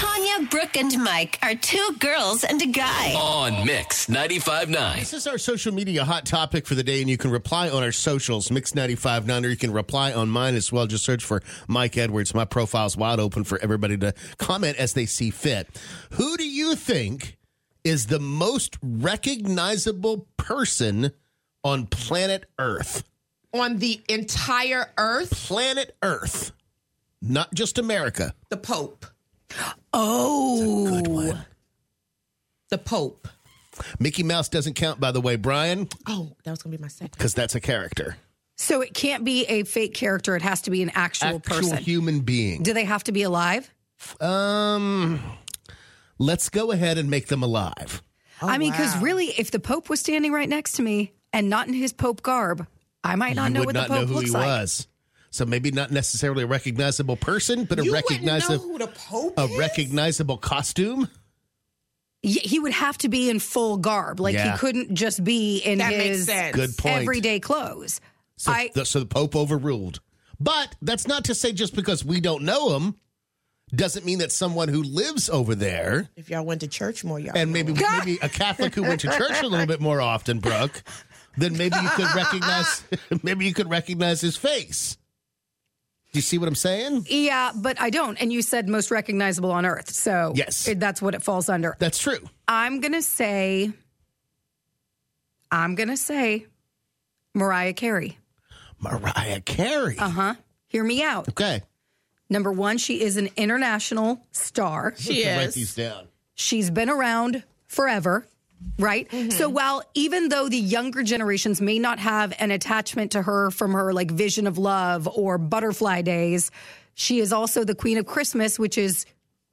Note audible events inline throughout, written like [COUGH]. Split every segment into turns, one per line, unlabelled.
Becca, Brooke, and Mike are two girls and a guy.
On Mix 95.9.
This is our social media hot topic for the day, and you can reply on our socials, Mix959, or you can reply on mine as well. Just search for Mike Edwards. My profile's wide open for everybody to comment as they see fit. Who do you think is the most recognizable person on planet Earth?
on the entire earth,
Planet Earth. Not just America.
the Pope.
Oh,
Good one.
The Pope.
Mickey Mouse doesn't count, by the way, Brian,
Oh, that was gonna be my second.
because that's a character.
So it can't be a fake character. It has to be an actual,
Actual
person.
human being.
Do they have to be alive?
Um, let's go ahead and make them alive.
Oh,
I mean, because really, if the Pope was standing right next to me and not in his Pope garb, I might not
you
know
would
what
not
the Pope
know who
looks
he
like.
was. So maybe not necessarily a recognizable person, but a
You wouldn't know
recognizable
who the Pope
a
is?
recognizable costume.
Y- He would have to be in full garb. Like
Yeah.
he couldn't just be in
That makes
his
sense.
Good point.
everyday clothes.
So,
I-
the, so the Pope overruled. But that's not to say just because we don't know him doesn't mean that someone who lives over there
If y'all went to church more, y'all.
and maybe maybe a Catholic who went to church a little bit more often, Brooke, then maybe you could recognize [LAUGHS] maybe you could recognize his face. Do you see what I'm saying?
Yeah, but I don't. And you said most recognizable on Earth. So
Yes.
it- that's what it falls under.
That's true.
I'm going to say, I'm going to say Mariah Carey.
Mariah Carey.
Uh-huh.
Uh huh. Hear me out.
Okay.
Number one, she is an international star.
she
Can Write these
is.
down.
She's been around forever, right? So while even though the younger generations may not have an attachment to her from her like vision of love or butterfly days, she is also the queen of Christmas, which is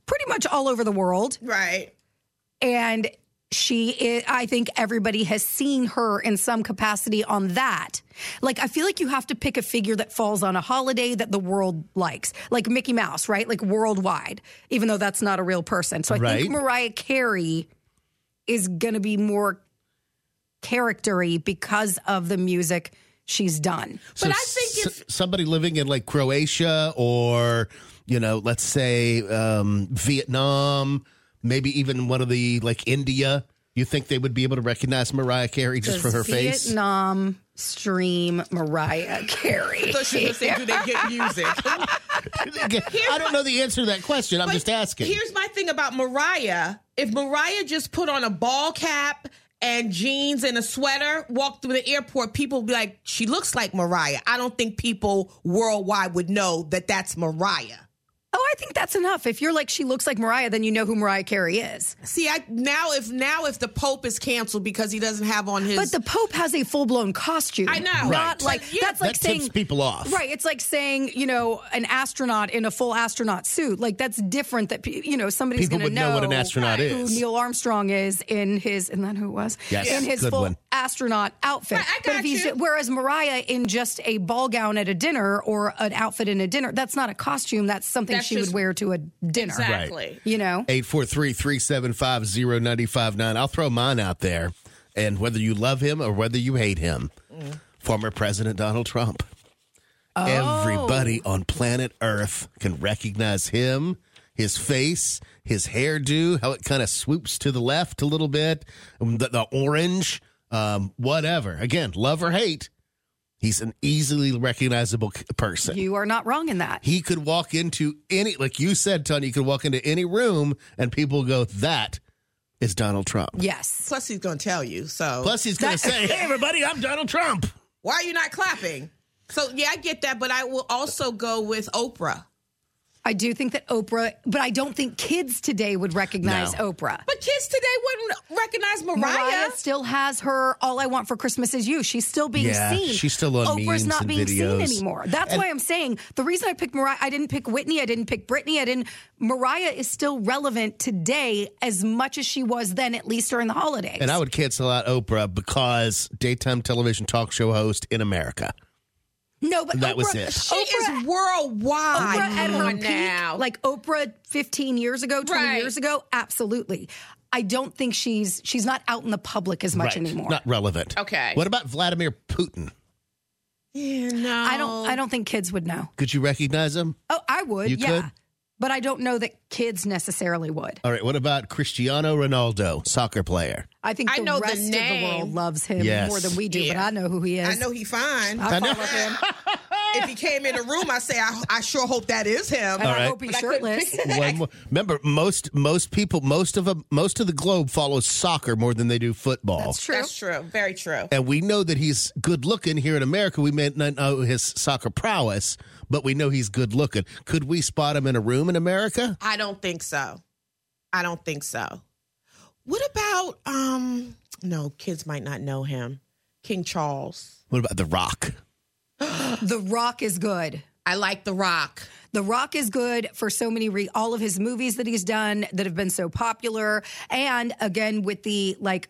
pretty much all over the world.
Right.
And she i I think everybody has seen her in some capacity on that. Like I feel like you have to pick a figure that falls on a holiday that the world likes. Like Mickey Mouse, right? Like worldwide, even though that's not a real person. So I
Right.
think Mariah Carey is going to be more charactery because of the music she's done.
So
I think
s- somebody living in like Croatia or you know, let's say um, Vietnam, maybe even one of the like India. You think they would be able to recognize Mariah Carey just from her face?
Vietnam stream Mariah Carey.
[LAUGHS] So she was saying, do they [LAUGHS] get music?
[LAUGHS] I don't know the answer to that question. I'm just asking.
Here's my thing about Mariah. If Mariah just put on a ball cap and jeans and a sweater, walked through the airport, people would be like, she looks like Mariah. I don't think people worldwide would know that that's Mariah.
Oh, I think that's enough. If you're like she looks like Mariah, then you know who Mariah Carey is.
See, I now if now if the Pope is canceled because he doesn't have on his
But the Pope has a full blown costume.
I know.
Right.
Not like
But yeah,
that's
that
like
tips
saying
people off.
Right, it's like saying you know an astronaut in a full astronaut suit. Like that's different. That pe- you know somebody's
People
going to
would know what an astronaut
who
is.
Neil Armstrong is in his and that who it was
Yes,
in his
good
full
one.
astronaut outfit.
Right, I
but
got
if he's
you.
whereas Mariah in just a ball gown at a dinner or an outfit in a dinner, that's not a costume. That's something
That's
she
just-
would wear to a dinner.
exactly.
You know.
843-375-0959. I'll throw mine out there. And whether you love him or whether you hate him, former President Donald Trump. Everybody
Oh.
on planet Earth can recognize him, his face, his hairdo, how it kind of swoops to the left a little bit, um, the, the orange, um, whatever. Again, love or hate, he's an easily recognizable c- person
You are not wrong in that.
he could walk into any like you said tony he could walk into any room and people would go that is donald trump
Yes.
Plus he's gonna tell you. So
plus he's going to say [LAUGHS] hey everybody i'm donald trump
why are you not clapping? So yeah, I get that, but I will also go with Oprah.
I do think that Oprah, but I don't think kids today would recognize
No.
Oprah.
But kids today wouldn't recognize
Mariah still has her "All I Want for Christmas Is You." She's still being
Yeah,
seen.
she's still on
Oprah's
memes
not
and
being seen
videos.
anymore. That's why I'm saying the reason I picked Mariah. I didn't pick Whitney. I didn't pick Britney. I didn't. Mariah is still relevant today as much as she was then, at least during the holidays.
and i would cancel out oprah because daytime television talk show host in america
no, but
that
Oprah,
was it. She
She
Oprah-
is worldwide.
Oprah at
Come
her
on
peak,
now.
like Oprah 15 years ago, 20
Right.
years ago, absolutely. I don't think she's she's not out in the public as much
right
anymore.
not relevant
Okay.
what about vladimir putin
Yeah, no. Oh.
I don't I don't think kids would know.
could you recognize him
Oh, I would.
You
yeah.
could?
but I don't know that kids necessarily would.
All right, what about Cristiano Ronaldo, soccer player?
I think
I
the
know the
rest of the world
name.
loves him
Yes.
more than we do, but
Yeah.
I know who he is.
I know he fine.
I follow him.
if he came in the room, I say I, I sure hope that is him.
And I
right.
hope he's
But I couldn't
shirtless.
One more. Remember, most most people, most of them, most of the globe follows soccer more than they do football.
That's true.
That's true. Very true.
and we know that he's good looking here in America. We may not know his soccer prowess, but we know he's good looking. Could we spot him in a room in America?
I don't think so. I don't think so. What about um no, kids might not know him. King Charles.
What about The Rock?
The Rock is good.
I like The Rock.
The Rock is good for so many re- all of his movies that he's done that have been so popular and again with the like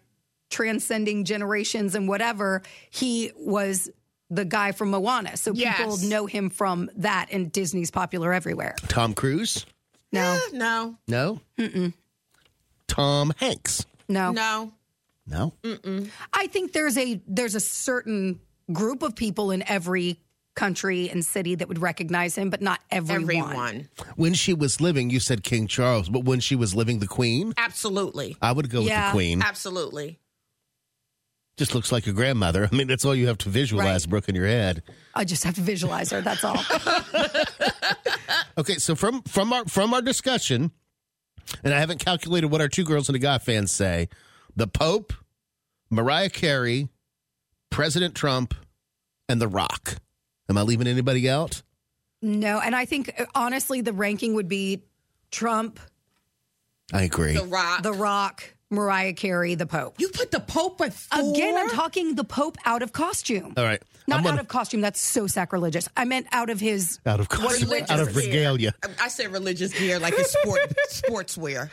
transcending generations and whatever he was the guy from Moana so
Yes.
people know him from that and Disney's popular everywhere.
Tom Cruise?
No.
Eh, No.
No. Mm-mm. Tom Hanks?
No.
No.
No.
I think there's a there's a certain group of people in every country and city that would recognize him but not everyone.
Everyone.
When she was living, you said King Charles, but when she was living, the Queen,
Absolutely.
I would go with
Yeah.
the Queen.
Absolutely.
Just looks like your grandmother. [LAUGHS] I mean, that's all you have to visualize, Brooke, in your head.
I just have to visualize her
[LAUGHS]
that's all.
Okay, so from from our from our discussion, and I haven't calculated what our two girls and a guy fans say. The Pope, Mariah Carey, President Trump, and The Rock. Am I leaving anybody out?
No, and I think uh, honestly, the ranking would be Trump,
I agree.
The Rock.
The Rock, Mariah Carey, the Pope.
you put the Pope at four?
Again, I'm talking the Pope out of costume.
All right,
Not
I'm
out
gonna-
of costume. That's so sacrilegious. I meant out of his.
out of costume,
religious
out of
gear.
regalia.
I said religious gear like it's sport sportswear.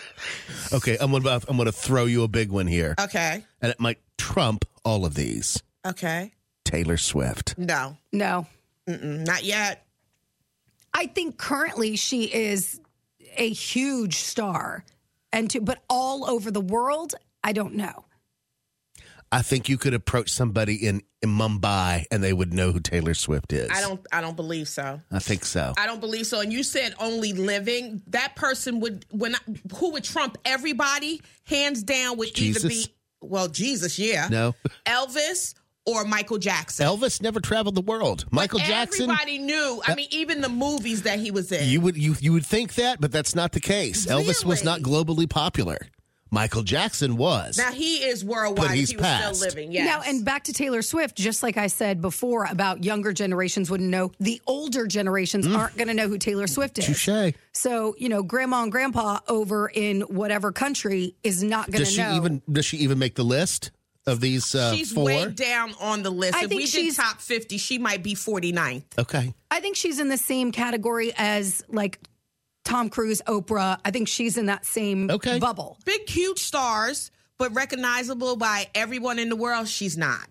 Okay, I'm gonna I'm gonna throw you a big one here,
Okay.
and it might trump all of these.
Okay.
Taylor Swift.
No.
No,
Not yet.
I think currently she is a huge star, and to but all over the world, I don't know.
I think you could approach somebody in, in Mumbai and they would know who Taylor Swift is.
I don't I don't believe so.
I think so.
I don't believe so. And you said only living. That person would when I- who would trump everybody hands down would either
Jesus?
be well Jesus, yeah,
no.
Elvis or Michael Jackson.
Elvis never traveled the world. Michael Jackson.
Everybody knew. I mean, even the movies that he was in.
You would you you would think that, but that's not the case. Elvis was not globally popular. Michael Jackson was.
now he is worldwide.
But he's
he was
passed.
still living. Yes.
Now, and back to Taylor Swift, just like I said before about younger generations wouldn't know, the older generations aren't going to know who Taylor Swift is.
Mm. Touche.
So, you know, grandma and grandpa over in whatever country is not going
Does
to
she
know.
even does she even make the list of these uh,
she's
four?
way down on the list.
I
if
think
we
she's-
did top fifty, she might be 49th.
okay.
I think she's in the same category as like Tom Cruise, Oprah. I think she's in that same
Okay.
bubble.
Big, huge stars, but recognizable by everyone in the world. She's not.